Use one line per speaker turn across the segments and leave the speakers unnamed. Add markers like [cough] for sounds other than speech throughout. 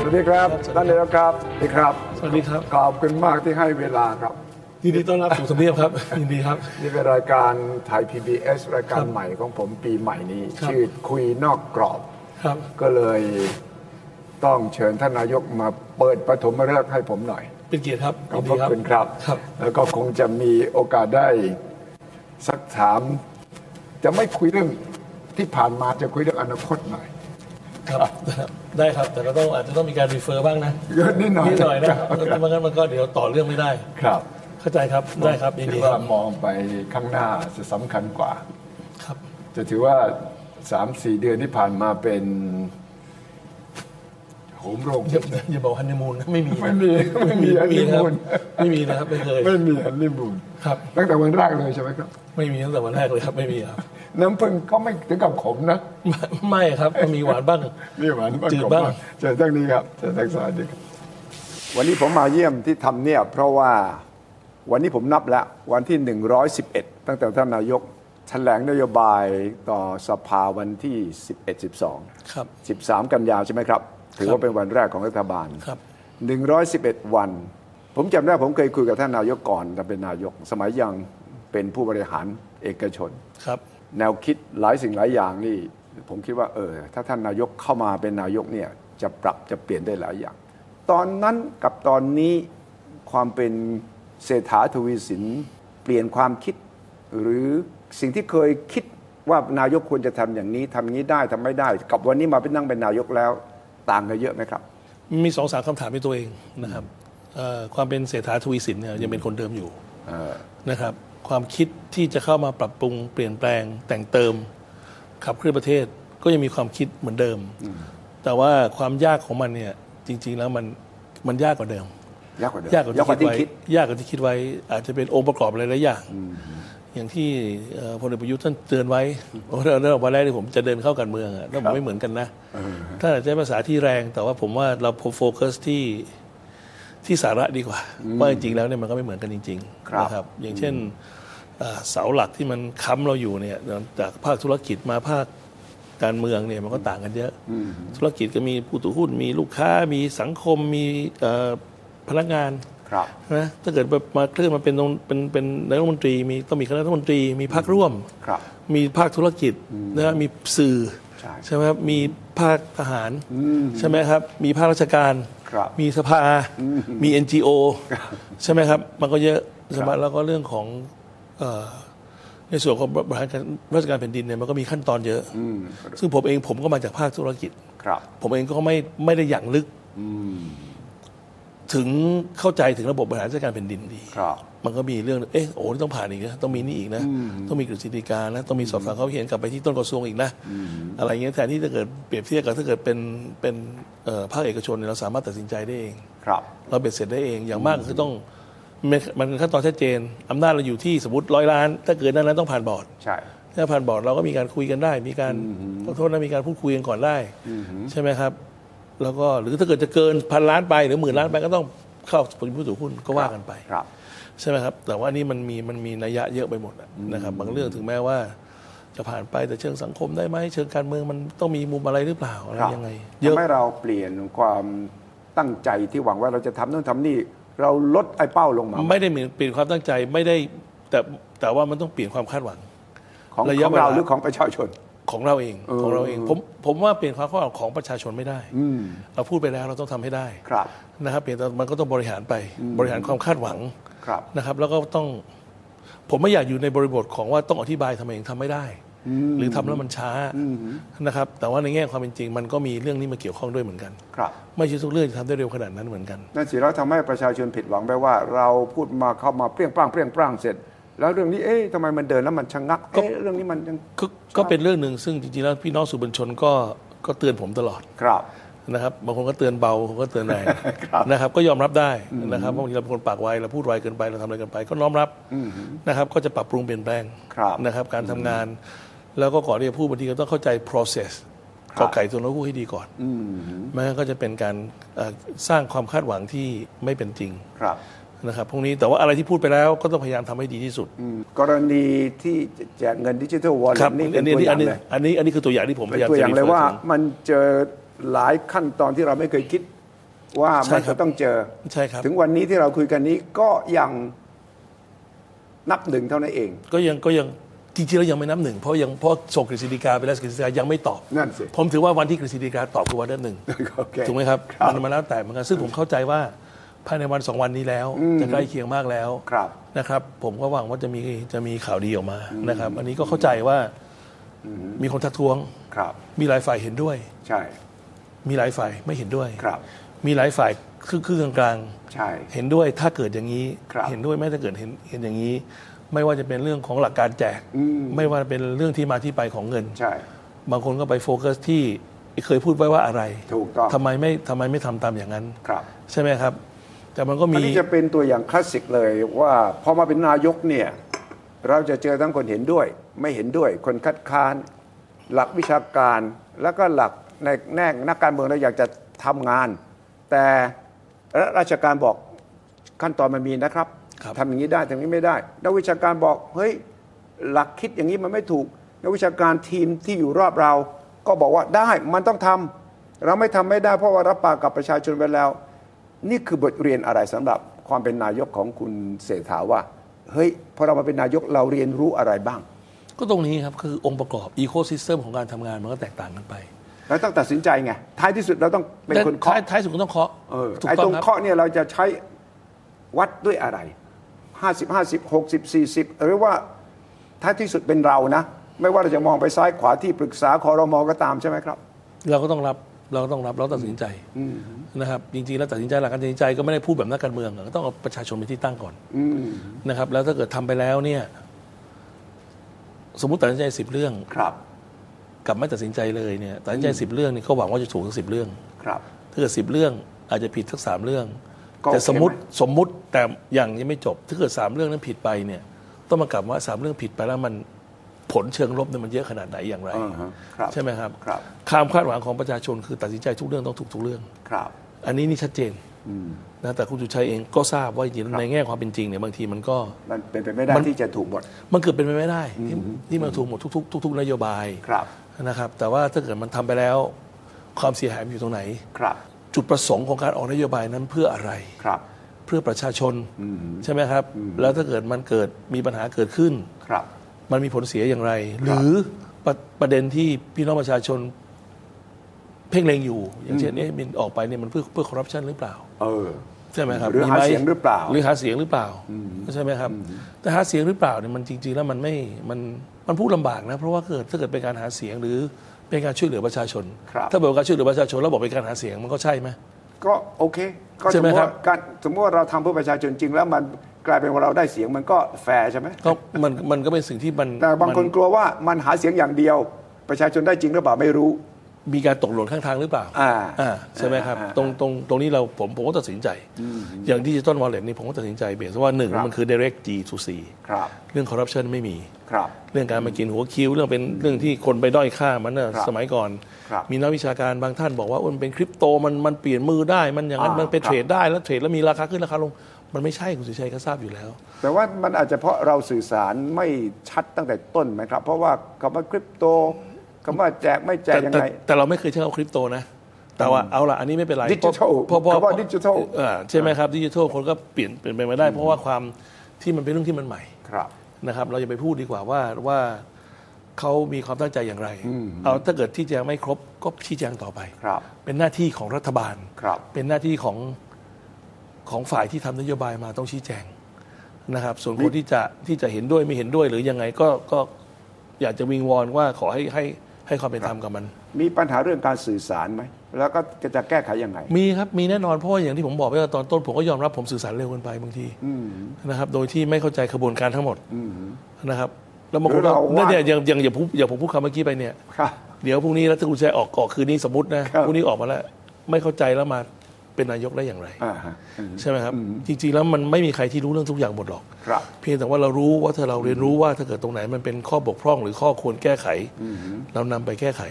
สวัสดีครับท่านเลวครับสวัสดีครับ
สวัสดีครับ
ขอบคุณมากที่ให้เวลาครับ
ยินดีต้อนรับสู่สำเนียบครับ ยินดีครับ
นี่เป็นรายการไทย PBS รายการใหม่ของผมปีใหม่นี้
ครับ
ชื่อคุยนอกกรอบ
ครับ
ก็เลยต้องเชิญท่านนายกมาเปิดปฐมฤกษ์ให้ผมหน่อย
เป็นเกียรติครับ
ขอบ
ยิน
พ
ดี
ระคุณครับ
ครับ
แล้วก็คงจะมีโอกาสได้สักถาม จะไม่คุยเรื่องที่ผ่านมาจะคุยเรื่องอนาคตหน่อย
ครับ ได้ครับ แต่ก็ต้องอาจจะต้องมีการรีเฟอร์บ้างนะ
เยอะนิดหน่อย
นิดหน่อยนะครับ เพราะงั้นมันก็เดี๋ยวต่อเรื่องไม่ได้
ครับ
เข้าใจครับ ได้ครับ ยิน
คิด
ดีค
ว่า
รับ
มองไปข้างหน้าจะสำคัญกว่า
ครับ
จะถือว่าสามสี่เดือนที่ผ่านมาเป็นโหม
[laughs]
โรง
อย่าอย่าบอกฮันนีมูนนะไม่มีนะ
ไม่มีไม่มีฮันนีมูน
ไม่มีนะครับไม่มีนะครับ ไม่เคย
ไม่มีฮันนีมูน
ครับ
ตั้งแต่วันแรกเลยใช่ไหมครับ
ไม่มีตั้งแต่วันแรกเลยครับ ไม่มีครับ
น้ำผึ้งก็ไม่ถึงกับขมนะ
ไม่ไม่ครับมันมีหวานบ้าง
นี่หวานบ้าง
จื
ข
ด
ม
บ้าง
บ้างเจอทั้งนี้ครับเจอทั้งสารดีครับวันนี้ผมมาเยี่ยมที่ทำเนี่ยบเพราะว่าวันนี้ผมนับแล้ววันที่ 111 ตั้งแต่ท่านนายกแถลงนโยบายต่อสภาวันที่ 11
ครับ
12 13 กันยาใช่ไหมครับ ถือว่าเป็นวันแรกของรัฐบาล
ครับ
111 วัน ผมจำได้ผมเคยคุยกับท่านนายกก่อนจะเป็นนายก สมัยยังเป็นผู้บริหารเอกชน
ครับ
แนวคิดหลายสิ่งหลายอย่างนี่ ผมคิดว่าเออ ถ้าท่านนายกเข้ามาเป็นนายกเนี่ยจะปรับจะเปลี่ยนได้หลายอย่าง ตอนนั้นกับตอนนี้ความเป็นเศรษฐาทวีสิน เปลี่ยนความคิด หรือสิ่งที่เคยคิดว่านายกควรจะทำอย่างนี้ทำอย่างนี้ได้ทำไม่ได้ กับวันนี้มาเป็นนั่งเป็นนายกแล้วต่างกันเยอะไหมครับ
มีสองสามคำถามในตัวเองนะครับเอ่อความเป็นเศรษฐาทวีสินเนี่ยยังเป็นคนเดิมอยู่นะครับ ความคิดที่จะเข้ามาปรับปรุงเปลี่ยนแปลงแต่งเติม ขับเคลื่อนประเทศก็ยังมีความคิดเหมือนเดิม แต่ว่าความยากของมันเนี่ยจริง ๆ แล้วมันมันยากกว่าเดิม
ยากกว่าเดิม
ยากกว่าที่คิด
ด
ไว้ยากกว่าที่คิดไว้ อาจจะเป็นองค์ประกอบหลายๆอย่าง อย่างที่เอ่อพลเอกประยุทธ์ท่านเตือนไว้โอ้เรื่องเรื่องวันแรกที่ผมจะเดินเข้าการเมืองอะแล้วผมไม่เหมือนกันนะท่านอาจจะใช้ภาษาที่แรง แต่ว่าผมว่าเราโฟกัสที่ที่สาระดีกว่าว่าจริงๆแล้วเนี่ยมันก็ไม่เหมือนกันจริง
ค
ๆ
รับ
นะครับ อย่างเช่นเอ่อเสาหลักที่มันค้ำเราอยู่เนี่ยจากภาคธุรกิจมาภาค การเมืองเนี่ยมันก็ต่างกันเยอะ ธุรกิจก็มีผู้ถือหุ้น มีลูกค้า มีสังคม มีเอ่อพนักงาน
ครับ
นะถ้าเกิดแบบมาเคลื่อนมาเป็นตรงเป็นเป็นนายกรัฐมนตรี มีต้องมีคณะรัฐมนตรี มีพรรคร่วม
ครับ
มีภาคธุรกิจนะฮะมีสื่อ
ใช่
ไหมครับมีภาคทหารใช่ไหมครับ มีภาคราชการ
ครับ
มีสภา มี NGO ใช่ไหมครับ มันก็เยอะใช่ไหมแล้วก็เรื่องของเอ่อในส่วนของบริหารการราชการแผ่นดินเนี่ยมันก็มีขั้นตอนเยอะ ซึ่งผมเองผมก็มาจากภาคธุรกิจ
ครับ
ผมเองก็ไม่ไม่ได้อย่างลึกถึงเข้าใจถึงระบบบริหารราชการแผ่นดินดี
ครับ
มันก็มีเรื่อง เอ๊ะ โอ้นี่ต้องผ่านอีกนะ ต้องมีนี่อีกนะ ต้องมีกฤษฎีกานะ ต้องมีสอบถามเขามเห็นกลับไปที่ต้นกระทรวงอีกนะ อะไรเงี้ย แทนที่จะเกิดเปรียบเทียบกับถ้าเกิดเป็นเป็นเอ่อภาคเอกชนเนี่ยเราสามารถตัดสินใจได้เอง
ครับ
เราเบ็ดเสร็จได้เอง อย่างมากก็คือต้องมันมันขั้นตอนชัดเจน อำนาจเราอยู่ที่สมมติร้อยล้าน ถ้าเกินนั้นนั้นต้องผ่านบอร์ด
ใช่
ถ้าผ่านบอร์ดเราก็มีการคุยกันได้ มีการขอโทษนะมีการพูดคุยกันก่อนได้ ใช่ไหมครับ แล้วก็หรือถ้าเกิดจะเกินพันล้านไปหรือหมื่นล้านไปก็ต้องเข้าผู้ถือหุ้นก็ว่ากันไป
ครับ
ใช่ไหมครับ แต่ว่านี่มันมีมันมีนัยยะเยอะไปหมดอะนะครับ บางเรื่องถึงแม้ว่า จะผ่านไปแต่เชิงสังคมได้ไหมเชิงการเมืองมันต้องมีมุมอะไรหรือเปล่าอะไรยังไง เยอะ
ทำให้เราเปลี่ยนความตั้งใจที่หวังว่าเราจะทำนู่นทำนี่ เราลดไอ้เป้าลงมา
ไม่ได้เปลี่ยนความตั้งใจไม่ได้แต่แต่ว่ามันต้องเปลี่ยนความคาดหวัง
ของ
ระ
ข
ยะ
องเรา
เวลา
หรือของประชาชน
ของเราเองของเราเองผมผมว่าเปลี่ยนความคาดหวังของประชาชนไม่ได้เราพูดไปแล้วเราต้องทำให้ได้
ครับ
นะครับเปลี่ยนแต่มันก็ต้องบริหารไปบริหารความคาดหวัง
ครับ
นะครับ แล้วก็ต้อง ผมไม่อยากอยู่ในบริบทของว่าต้องอธิบายทำไมถึงทำไม่ได้ หรือทำแล้วมันช้านะครับ แต่ว่าในแง่ความเป็นจริง มันก็มีเรื่องนี้มาเกี่ยวข้องด้วยเหมือนกัน
ครับ
ไม่ใช่ทุกเรื่องจะทำได้เร็วขนาดนั้นเหมือนกัน
นั่นสิเราทำให้ประชาชนผิดหวังไปว่า เราพูดมาเข้ามาเปรี้ยงปร้างเปรี้ยงปร้างเสร็จ แล้วเรื่องนี้เอ๊ะทำไมมันเดินแล้วมันชะงักเอ๊ะเรื่องนี้มันยัง
ก็ก็เป็นเรื่องหนึ่งซึ่งจริงๆแล้วพี่น้องสื่อมวลชนก็ก็เตือนผมตลอด
ครับ
นะครับบางคนก็เตือนเบาบางคนก็เตือนแรง
ครับ
นะครับก็ยอมรับได้นะครับบางทีเราเป็นคนปากไวเราพูดไวเกินไปเราทำอะไรเกินไป ก็น้อมรับนะครับก็จะปรับปรุงเปลี่ยนแปลง
ครับ
นะครับการทำงาน แล้วก็ก่อนที่จะพูดบางทีก็ต้องเข้าใจ process
ครั
ก
บ
อไก่ตัวนกคู่ให้ดีก่อนไม่งั้นก็จะเป็นการเอ่อสร้างความคาดหวังที่ไม่เป็นจริง
ครับ
นะครับพวกนี้แต่ว่าอะไรที่พูดไปแล้วก็ต้องพยายามทำให้ดีที่สุด
กรณีที่แจกเงินดิจิทัลวอล
ค
เล็
รับ
ตนี่เป็
อั
น
นนี้อันี้
ตัวอย่าน งเลย
อันนี้อันนี้คือตัวอย่างที่ผมพ
เป็น
ยายาม
ตัว
จะ
อย่างเลย
refer
ว่า
ถึ
มันเจอหลายขั้นตอนที่เราไม่เคยคิดว่า
ใช่
มัน
ครั
จะ
บ
ต้องเจอ
ใช่ครับ
ถึงวันนี้ที่เราคุยกันนี้ก็ยังนับหนึ่งเท่านั้นเอง
งก็ยังก็ยังจริงๆแล้วยังไม่นับหนึ่งเพราะยังเพราะส่งกฤษฎีกาไปแล้วกฤษฎีกายังไม่ตอบ
นั่นสิ
ผมถือว่าวันที่กฤษฎีกาตอบคือวันที่หนึ่ง
โอเ
ถูกไหมครับมันมาแล้วแต่เหมือนกันซึ่งผมเข้าใจว่าภายในวันสองวันนี้แล้วจะใกล้เคียงมากแล้ว
ครับ
นะครับ ผมก็หวังว่าจะมีจะมีข่าวดีออกมานะครับ อันนี้ก็เข้าใจว่ามีคนทักท้วง
ครับ
มีหลายฝ่ายเห็นด้วย
ใช่
มีหลายฝ่ายไม่เห็นด้วย
ครับ
มีหลายฝ่ายครึ่งครึ่งกลาง
ใช่
ๆเห็นด้วยถ้าเกิดอย่างนี้
ครับ
เห็นด้วยไหม่ถ้าเกิดเห็นเห็นอย่างนี้ ไม่ว่าจะเป็นเรื่องของหลักการแจก
อืม
ไม่ว่าเป็นเรื่องที่มาที่ไปของเงิน
ใช่
บางคนก็ไปโฟกัสที่เคยพูดไว้ว่าอะไร
ถูกต้อง
ทำไมไม่ทำไมไม่ทำตามอย่างนั้น
ครับ
ใช่ไหมครับ แต่มันก็
อัน
มี
นี้จะเป็นตัวอย่างคลาสสิกเลยว่าพอมาเป็นนายกเนี่ย เราจะเจอทั้งคนเห็นด้วย ไม่เห็นด้วย คนคัดค้าน หลักวิชาการ แล้วก็หลักในแง่นักการเมืองเราอยากจะทำงาน แต่ราชการบอกขั้นตอนมันมีนะครับ
ครับ
ทำอย่างนี้ได้ทำอย่างนี้ไม่ได้ นักวิชาการบอกเฮ้ยหลักคิดอย่างนี้มันไม่ถูก นักวิชาการทีมที่อยู่รอบเรา ก็บอกว่าได้มันต้องทำเราไม่ทำไม่ได้เพราะว่ารับปากกับประชาชนไปแล้ว นี่คือบทเรียนอะไรสำหรับความเป็นนายกของคุณเศรษฐาว่า เฮ้ยพอเรามาเป็นนายกเราเรียนรู้อะไรบ้าง
ก็ตรงนี้ครับคือองค์ประกอบอีโคซิสเต็มของการทำงานมันก็แตกต่างกันไป
เราต้องตัดสินใจไง ท้ายที่สุดเราต้องเป็นคน
แต่ท้าย
เคาะ
ท้ายสุดก็ต้องเคาะ
เออ
ถูก
ไอ้
ต้
ต
อ
รง ง
ครับ
เคาะเนี่ยเราจะใช้วัดด้วยอะไร 50 50 60 40 หรือว่าท้ายที่สุดเป็นเรานะ ไม่ว่าเราจะมองไปซ้ายขวาที่ปรึกษาคอรมอก็ตามใช่ไหมครับ
เราก็ต้องรับเราก็ต้องรับเราตัดสินใจนะครับจริงๆแล้วตัดสินใจหลักการตัดสินใจก็ไม่ได้พูดแบบนักการเมืองอะก็ต้องเอาประชาชนเป็นที่ตั้งก่อนนะครับ แล้วถ้าเกิดทำไปแล้วเนี่ย สมมติตัดสินใจสิบเรื่อง
ครับ
กับไม่ตัดสินใจเลยเนี่ยตัดสินใจสิบเรื่องเนี่ยก็หวังว่าจะถูกทั้งสิบเรื่อง
ครับ
ถ้าเกิดสิบเรื่องอาจจะผิดทั้งสามเรื่อง
ก็โอเค
แต่สมมติ
ไหม
สมมติแต่อย่างยังไม่จบ ถ้าเกิดสามเรื่องนั้นผิดไปเนี่ย ต้องมากลับว่าสามเรื่องผิดไปแล้วมันผลเชิงลบเนี่ยมันเยอะขนาดไหนอย่างไร
อ่าฮะครับ
ใช่ไหมครับ
ครับ
ความคาดหวังของประชาชนคือตัดสินใจทุกเรื่องต้องถูกทุกเรื่อง
ครับ
อันนี้นี่ชัดเจน
อืม
นะแต่คุณจุชัยเองก็ทราบว่าจริงๆในแง่ความเป็นจริงเนี่ยบางทีมันก็
มันเป็นไปไม่ได้
มัน
ที่จะถูกหมด
มันเกิดเป็นไปไม่ได้ที่ที่มันถูกหมดทุกๆทุกๆนโยบาย
ครับ
นะครับแต่ว่าถ้าเกิดมันทำไปแล้ว ความเสียหายมันอยู่ตรงไหน
ครับ
จุดประสงค์ของการออกนโยบายนั้นเพื่ออะไร
ครับ
เพื่อประชาชนใช่ไหมครับ แล้วถ้าเกิดมันเกิดมีปัญหาเกิดขึ้น
ครับ
มันมีผลเสียอย่างไร หรือประประเด็นที่พี่น้องประชาชน เพ่งเล็งอยู่ อย่างเช่นเอ๊ะมันออกไปเนี่ยมันเพื่อเพื่อคอร์รัปชันหรือเปล่า
เออ
ใช่ไหมครับ
หรือหา
มีไม
เสียงหรือเปล่า
หรือหาเสียงหรือเปล่าใช่ไหมครับ แต่หาเสียงหรือเปล่าเนี่ยมันจริง ๆ แล้วมันไม่มันมันพูดลำบากนะ เพราะว่าเกิดถ้าเกิดเป็นการหาเสียงหรือเป็นการช่วยเหลือประชาชน
ครับ
ถ้าบอกว่าการช่วยเหลือประชาชนแล้วบอกเป็นการหาเสียงมันก็ใช่ไหม
ก็โอเค ก็
ใช่
สม
ไหม
มติ
ครับ
ว่าการสมมติว่าเราทำเพื่อประชาชนจริง แล้วมันกลายเป็นว่าเราได้เสียงมันก็แฟร์ใช่ไหม
ก็มันมันก็เป็นสิ่งที่มัน
แต่บางคน
มั
กลัวว่ามันหาเสียงอย่างเดียว ประชาชนได้จริงหรือเปล่าไม่รู้
มีการตกหล่นข้างทางหรือเปล่า
อ่า
อ่าใช่ไหมครับ
อ่า
ตรงตรงตรงนี้เราผมผมก็ตัดสินใจ อย่างดิจิตอลวอลเล็ตนี่ผมก็ตัดสินใจเบสว่าหนึ่ง
ครับ
มันคือ direct G to C
ครับ
เรื่องคอร์รัปชันไม่มี
ครับ
เรื่องการมากินหัวคิวเรื่องเป็นเรื่องที่คนไปด้อยค่ามันนะครับ สมัยก่อน
ครับ
มีนักวิชาการบางท่านบอกว่ามันเป็นคริปโตมันมันเปลี่ยนมือได้มันอย่างนั้น
อ่ามั
มันไป
ครับ
เทรดได้แล้วเทรดแล้วมีราคาขึ้นราคาลง มันไม่ใช่คุณสุชัยก็ทราบอยู่แล้ว
แต่ว่ามันอาจจะเพราะเราสื่อสารไม่ชัดตั้งแต่ต้นไหมครับ เพราะว่าคำว่าคริปโตคำว่าแจกไม่แจกยังไง
แต่แต่เราไม่เคยใช้คำว่าคริปโตนะ แต่ว่าเอาละอันนี้ไม่เป็นไร
Digital
เพราะเพราะ
คำว่า Digital
เอ่อใช่ไหมครับดิจิทัลคนก็เปลี่ยนเปลี่ยนไปมาได้ เพราะว่าความที่มันเป็นเรื่องที่มันใหม่
ครับ
นะครับ เราอย่าไปพูดดีกว่าว่าว่าเขามีความตั้งใจอย่างไร เอาถ้าเกิดที่แจงไม่ครบก็ชี้แจงต่อไป
ครับ
เป็นหน้าที่ของรัฐบาล
ครับ
เป็นหน้าที่ของของฝ่ายที่ทำนโยบายมาต้องชี้แจงนะครับ ส่วนคนที่จะที่จะเห็นด้วยไม่เห็นด้วยหรือยังไงก็ก็อยากจะวิงวอนว่าขอให้ให้ให้ความเป็นธรรมกับมัน
มีปัญหาเรื่องการสื่อสารไหมแล้วก็จะแก้ไขยังไง
มีครับ มีแน่นอนเพราะว่าอย่างที่ผมบอกไปตอนต้น ผมก็ยอมรับผมสื่อสารเร็วเกินไปบางทีนะครับ โดยที่ไม่เข้าใจขบวนการทั้งหมดนะครับแล้วบางคนก็
หรือเราว่า
เนี่ยอย่างอย่างอย่างผมอย่างผมพูดคำเมื่อกี้ไปเนี่ย
ครับ
เดี๋ยวพรุ่งนี้รัฐกุญแจออกออกคืนนี้สมมตินะครับ พรุ่งนี้ออกมาแล้ว ไม่เข้าใจแล้วมาเป็นนายกได้อย่างไร
อ่าฮะอืม
ใช่ไหมครับ จริงๆแล้วมันไม่มีใครที่รู้เรื่องทุกอย่างหมดหรอก
ครับ
เพียงแต่ว่าเรารู้ว่าถ้าเราเรียนรู้ว่าถ้าเกิดตรงไหนมันเป็นข้อบกพร่องหรือข้อควรแก้ไข เรานำไปแก้ไข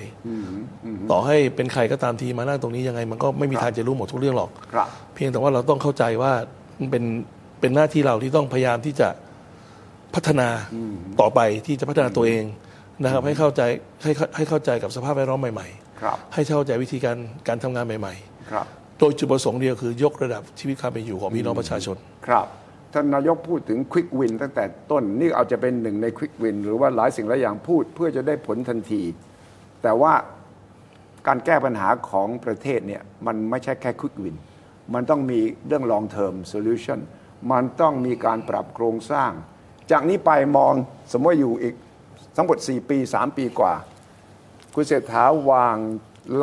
ต่อให้เป็นใครก็ตามทีมานั่งตรงนี้ยังไง มันก็ไม่มีทางจะรู้หมดทุกเรื่องหรอก
ครับ
เพียงแต่ว่าเราต้องเข้าใจว่ามันเป็นเป็นหน้าที่เราที่ต้องพยายามที่จะพัฒนาต่อไปที่จะพัฒนาตัวเองนะครับ ให้เข้าใจให้เข้าให้เข้าใจกับสภาพแวดล้อมใหม่
ครับ
ๆ ให้เข้าใจวิธีการการทำงานใหม่
ครับ
ๆ โดยจุดประสงค์เดียวคือยกระดับชีวิตความเป็นอยู่ของพี่น้องประชาชน
ครับ ท่านนายกพูดถึงควิกวินตั้งแต่ต้นนี่เอาจจะเป็นหนึ่งในควิกวินหรือว่าหลายสิ่งหลายอย่างพูดเพื่อจะได้ผลทันที แต่ว่าการแก้ปัญหาของประเทศเนี่ยมันไม่ใช่แค่ควิกวิน มันต้องมีเรื่อง long term solution มันต้องมีการปรับโครงสร้าง จากนี้ไปมองสมมติว่าอยู่อีกทั้งหมด4 ปี 3 ปีกว่า คุณเศรษฐาวาง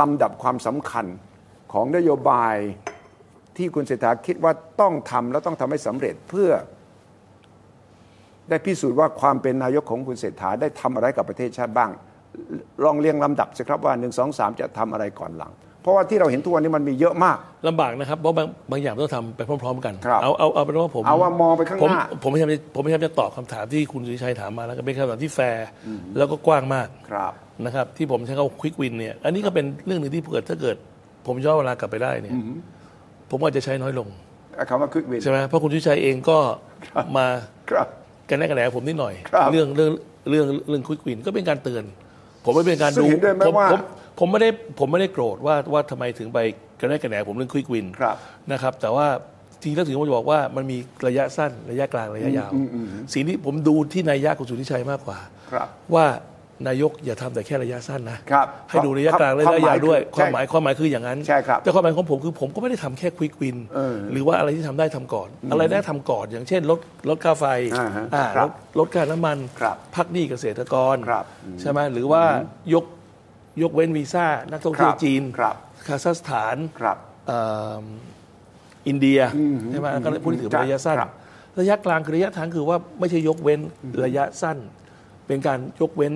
ลำดับความสำคัญของนโยบายที่คุณเศรษฐาคิดว่าต้องทำและต้องทำให้สำเร็จเพื่อ ได้พิสูจน์ว่าความเป็นนายกของคุณเศรษฐาได้ทำอะไรกับประเทศชาติบ้าง ลองเรียงลำดับสิครับว่า1 2 3 จะทำอะไรก่อนหลัง เพราะว่าที่เราเห็นทุกวันนี้มันมีเยอะมาก
ลำบากนะครับเพราะบางบางอย่างต้องทำไปพร้อม ๆ กัน
ครับ
เอาเอาเอาเป็นว่าผม
เอาว่ามองไปข้าง
ผ
ห
ม
น้า
ผมพยายามจะผมพยายามจะตอบคำถามที่คุณสุริชัยถามมาแล้วก็เป็นคำถามที่แฟร์แล้วก็กว้างมาก
ครับ
นะครับ ที่ผมใช้คำว่าควิกวินเนี่ยอันนี้ก็เป็นเรื่องหนึ่งที่เกิดถ้าเกิด ผมย้อนเวลากลับไปได้เนี่ยผมอาจจะใช้น้อยลง
คำว่าควิกวิน
ใช่ไหมเพราะคุณสุริชัยเองก็มา
ครับ
กันแน่กันแหนกับผมนิดหน่อย
ครับ
เรื่องเรื่องเรื่องเรื่องควิกวินก็เป็นการเตือน ผมไม่เป็นการ
ซึ่ง
ดู
เห็นด้วยไหม
ผม
ว่า
ผมผมไม่ได้ผมไม่ได้โกรธว่าว่าทำไมถึงไปกันแน่กันแหนผมเรื่องควิกวิน
ครับ
นะครับแต่ว่าจริงแล้วถึงผมจะบอกว่ามันมีระยะสั้นระยะกลางระยะยาวสิ่งที่ผมดูที่นายยะคุณสุทธิชัยมากกว่า
ครับ
ว่านายกอย่าทำแต่แค่ระยะสั้นนะครับ ให้ดูระยะกลางและ
ความ
ระยะยาวด้วย
หมาย
ความหมาย
คือใช่
ความหมายคืออย่างนั้น
ใช่ครับ
แต่ความหมายของผมคือผมก็ไม่ได้ทำแค่ควิกวิน
เออ
หรือว่าอะไรที่ทำได้ทำก่อน อะไรได้ทำก่อน อย่างเช่นลดลดค่าไฟ
อ่าฮะ
อ่า
ครับ
ลดลดค่าน้ำมัน
ครับ
พักหนี้เกษตรกร
ครับ
ใช่ไหมหรือว่ายกยกเว้นวีซ่านักท่องเที่ยว
ครับ
จีน
ครับ
คาซัคสถาน
ครับ
เอ่ออินเดียใช่ไหมก็เลยพูดถึงเป็นระยะสั้น
ครับ
ระยะกลางคือระยะทางคือว่าไม่ใช่ยกเว้นระยะสั้น เป็นการยกเว้น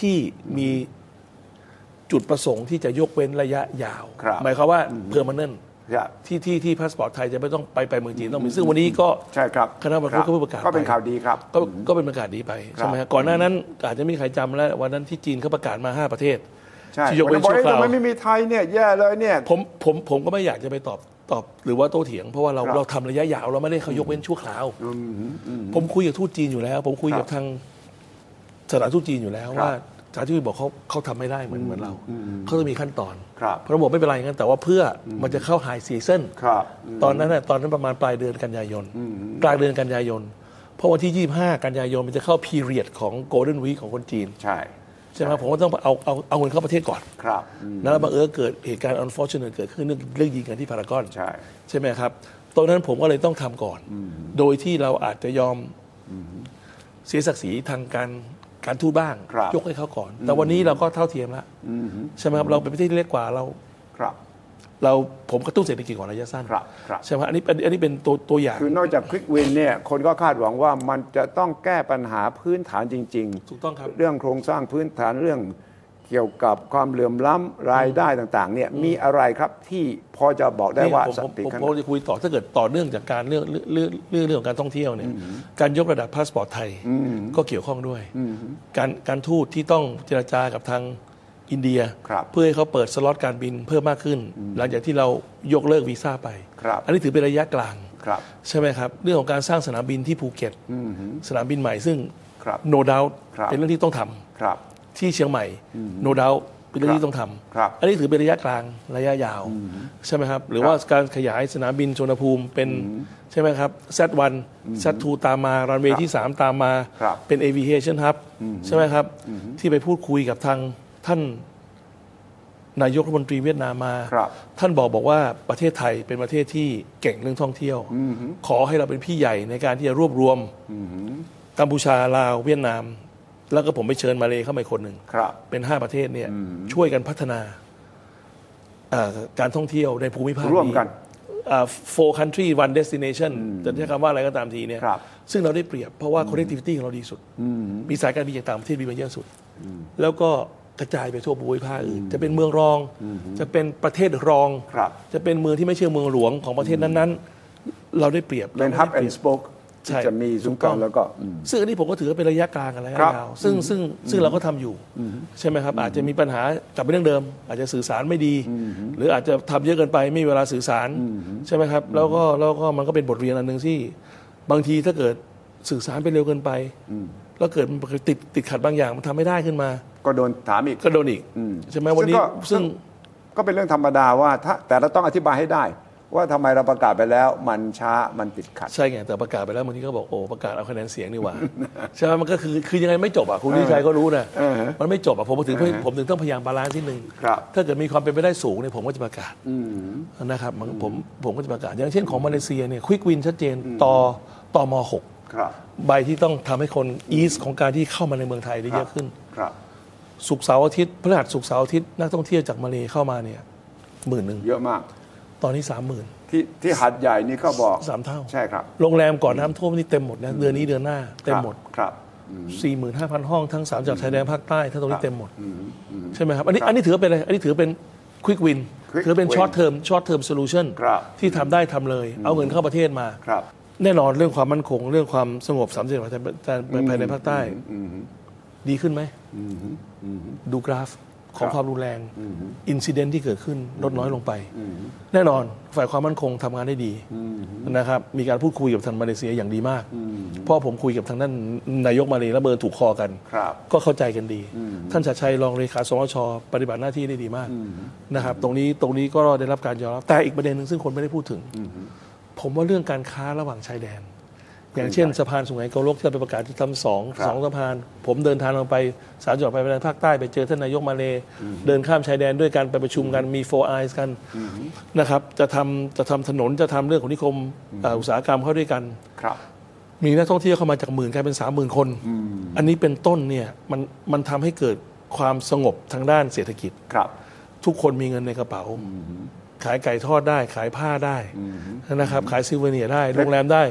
ที่มีจุดประสงค์ที่จะยกเว้นระยะยาว
ครับ
หมายความว่าเพอร์มานน
ครับ
ที่ที่ที่พาสปอร์ตไทยจะไม่ต้องไปไปเมืองจีนต้องมีซึ่งวันนี้ก็
ใช่ครับ
คณะบรรทุกก็เพิ่งประกาศ
ก็เป็น
ไ
ข่าวดีครับ
ก็ก็เป็นประกาศดีไปใช่ไหม
ครั
ฮะ
บ
ก่อนหน้านั้นอาจจะไม่มีใครจำแล้ววันนั้นที่จีนเขาประกาศมาห้าประเทศ
ใช่
ที่ยกเว้น
บอก
ชั่ว
เอ้ย
คราว
ทำไมไม่มีไทยเนี่ยแย่เลยเนี่ย
ผมผมผมก็ไม่อยากจะไปตอบตอบหรือว่าโต้เถียง เพราะว่าเรา
ครับ
เราทำระยะยาวเราไม่ได้เขายกเว้นชั่วคราว ผมคุยกับทูตจีนอยู่แล้ว ผมคุยกับ
ครับ
ทางสถานทูตจีนอยู่แล้ว
ครับ
ว่าสถานทูตบอกเขาเขาทำไม่ได้เหมือนเหมือนเราเขาต้องมีขั้นตอน
ครับ
เพราะระบบไม่เป็นไรงั้นแต่ว่าเพื่ออมันจะเข้าไฮซีซั o น
ครับอืม
ตอนนั้นน่ะตอนนั้นประมาณปลายเดือนกันยายนกลางเดือนกันยายนเพราะวันที่ 25 กันยายนมันจะเข้าพีเรียดของโกลเด้นวีของคนจีน
ใช่
ใช่ไหมผมก็ต้องเอาเอาเอาเงินเข้าประเทศก่อน
ครับ
นะแล้วบังเอิญเกิดเหตุการณ์ unfortunate เกิดขึ้นเรื่องเรื่องยิงกันที่พารากอน
ใช่
ใช่ไหมครับตอนนั้นผมก็เลยต้องทำก่อน โดยที่เราอาจจะยอมเสียศักดิ์ศรีทางการการทูตบ้าง
ครับ
ยกให้เขาก่อน แต่วันนี้เราก็เท่าเทียมแล้วใช่ไหมครับเราเป็นประเทศที่เล็กกว่าเรา
ครับ
เราผมกระตุ้นเศรษฐกิจก่อนระยะสั้น
ครับครับ
ใช่ไหมอันนี้อันนี้อันนี้เป็นตัวตัวอย่าง
คือนอกจากควิกวินเนี่ยคนก็คาดหวังว่ามันจะต้องแก้ปัญหาพื้นฐานจริงๆ
ถูกต้องครับ
เรื่องโครงสร้างพื้นฐานเรื่องเกี่ยวกับความเหลื่อมล้ำรายได้ต่างๆเนี่ยมีอะไรครับที่พอจะบอกได้ว่า
ผม
ส
ผม
ติ
ผม
กัน
ผมจะคุยต่อถ้าเกิดต่อเนื่องจากการเรื่องเรื่องเรื่องเรื่องของการท่องเที่ยวเนี่ยการยกระดับพาสปอร์ตไทยก็เกี่ยวข้องด้วย การการทูตที่ต้องเจรจากับทางอินเดีย เพื่อให้เขาเปิดสล็อตการบินเพิ่มมากขึ้น หลังจากที่เรายกเลิกวีซ่าไป อันนี้ถือเป็นระยะกลาง
ครับ
ใช่ไหมครับ เรื่องของการสร้างสนามบินที่ภูเก็ตสนามบินใหม่ซึ่ง
ครับ
no doubt
ครับ
เป็นเรื่องที่ต้องทำ
ครับ
ที่เชียงใหม่ no doubt เป็นเรื่องที่ต้องทำ
ครับ
อันนี้ถือเป็นระยะกลางระยะยาว ใช่ไหมครับ หรือว่าการขยายสนามบินชนภูมิเป็นใช่ไหมครับ Z1 Z2 ตามมา รันเวย์ที่ 3 ตามมา
ครับ
เป็น aviation hub ใช่ไหมครับ ที่ไปพูดคุยกับทางท่านนายกรัฐมนตรีเวียดนามมา
ครับ
ท่านบอกบอกว่าประเทศไทยเป็นประเทศที่เก่งเรื่องท่องเที่ยว ขอให้เราเป็นพี่ใหญ่ในการที่จะรวบรวมกัมพูชาลาวเวียดนาม แล้วก็ผมไปเชิญมาเลเข้ามาอีกคนหนึ่ง
ครับ
เป็น 5 ประเทศเนี่ยช่วยกันพัฒนาเอ่อการท่องเที่ยวในภูมิภาค
ร่วมกัน
เอ่อ four country one destination จะใช้คำว่าอะไรก็ตามทีเนี่ย
ครับ
ซึ่งเราได้เปรียบเพราะว่า connectivity ของเราดีสุด มีสายการบินจากต่างประเทศมีมาเยอะสุด แล้วก็ กระจายไปทั่วภูมิภาคอื่น จะเป็นเมืองรอง จะเป็นประเทศรอง
ครับ
จะเป็นเมืองที่ไม่ใช่เมืองหลวงของประเทศนั้นๆ เราได้เปรียบ
เป็น
ราได้
ฮับ
เป
แอ
รี
น
ยบ
ด์สปอค
ใช่
จะมีศูนย์กลางแล้วก็อืม
ซึ่งอันนี้ผมก็ถือว่าเป็นระยะกลางกับระยะ
ครับ
ยาวซึ่งซึ่งซึ่งเราก็ทำอยู่ ใช่ไหมครับ อาจจะมีปัญหากลับไปเรื่องเดิม อาจจะสื่อสารไม่ดี หรืออาจจะทำเยอะเกินไปไม่มีเวลาสื่อสาร ใช่ไหมครับ แล้วก็แล้วก็มันก็เป็นบทเรียนอันหนึ่งที่ บางทีถ้าเกิดสื่อสารไปเร็วเกินไปแล้วเกิดมันติดติดขัดบางอย่างมันทำไม่ได้ขึ้นมา
ก็โดนถามอีก
ก็โดนอีก
อืม
ใช่ไหมวันนี้
ซึ่ง
ซึ่ง
ก็ก็เป็นเรื่องธรรมดาว่าถ้าแต่เราต้องอธิบายให้ได้ ว่าทำไมเราประกาศไปแล้วมันช้ามันติดขัด
ใช่ไงแต่ประกาศไปแล้วบางทีก็บอกโอ้ประกาศเอาคะแนนเสียงนี่หว่า [laughs] ใช่ไหมมันก็คือคือยังไงไม่จบอ่ะคุณนิชัยก็รู้นะ
เออฮะ
มันไม่จบอ่ะผมถึงผมถึงต้องพยายามบาลานซ์นิดนึง
ครับ
ถ้าเกิดมีความเป็นไปได้สูงเนี่ยผมก็จะประกาศนะครับมันผมผมก็จะประกาศ อย่างเช่นของมาเลเซียเนี่ยควิกวินชัดเจนต่อต่อมหก
ครับ
ใบที่ต้องทำให้คนอีสของการที่เข้ามาในเมืองไทยได้เยอะขึ้น
ครับ
สุกร์เสาร์อาทิตย์พฤหัสสุกร์เสาร์อาทิตย์นักท่องเที่ยวจากมาเลเข้ามาเนี่ยหมื่นหนึ่ง
เยอะมาก
ตอนนี้สามหมื่น
ที่ที่หัดใหญ่นี่ก็บอก
สามเท่า
ใช่ครับ
โรงแรมก่อนน้ำท่วมนี่เต็มหมดนะเดือนนี้เดือนหน้าเต็มหมด
ครับ
45,000 ห้องทั้ง 3จังหวัดชายแดนภาคใต้ถ้าตรง
ครั
นี้
บ
เต็มหมด ใช่ไหมครับ อันนี้อันนี้ถือว่าเป็นอะไรอันนี้ถือเป็นควิกวิน
Quick
ถือเป็น
win
ช็อตเทอมช็อตเทอมโซลูชัน
ครับ
ที่ทำได้ทำเลย เอาเงินเข้าประเทศมา
ครับ
แน่นอนเรื่องความมั่นคง เรื่องความสงบสามจังหวัดชายแดนภายในภาคใต้ ดีขึ้นไหม ดูกราฟของความรุนแรงอินซิเดนต์ที่เกิดขึ้นลดน้อยลงไป แน่นอนฝ่ายความมั่นคงทำงานได้ดีนะครับมีการพูดคุยกับทางมาเลเซียอย่างดีมากเพราะผมคุยกับทางนั้นนายกมาเลและเบอร์ถูกคอกัน
ครับ
ก็เข้าใจกันดี ท่านชัดชัยรองเลขาสมชปฏิบัติหน้าที่ได้ดีมากนะครับตรงนี้ตรงนี้ก็ได้รับการยอมรับแต่อีกประเด็นหนึ่งซึ่งคนไม่ได้พูดถึง ผมว่าเรื่องการค้าระหว่างชายแดน อย่างเช่นสะพานสุไหงโกลกที่เราไปประกาศที่ทำสอง
ครับ
สองสะพาน ผมเดินทางลงไปสามจังหวัดไปแดนภาคใต้ไปเจอท่านนายกมาเลเดินข้ามชายแดนด้วยกันไปประชุมกันมีโฟร์ไอส์กันนะครับจะทำจะทำถนนจะทำเรื่องของนิคมเอ่ออุตสาหกรรมเข้าด้วยกัน
ครับ
มีนักท่องเที่ยวเข้ามาจากหมื่นกลายเป็นสามหมื่นคน อันนี้เป็นต้นเนี่ยมันมันทำให้เกิดความสงบทางด้านเศรษฐกิจ
ครับ
ทุกคนมีเงินในกระเป๋า ขายไก่ทอดได้ ขายผ้าได้นะครับ ขายซิลเวเนียร์ได้ โรงแรมได้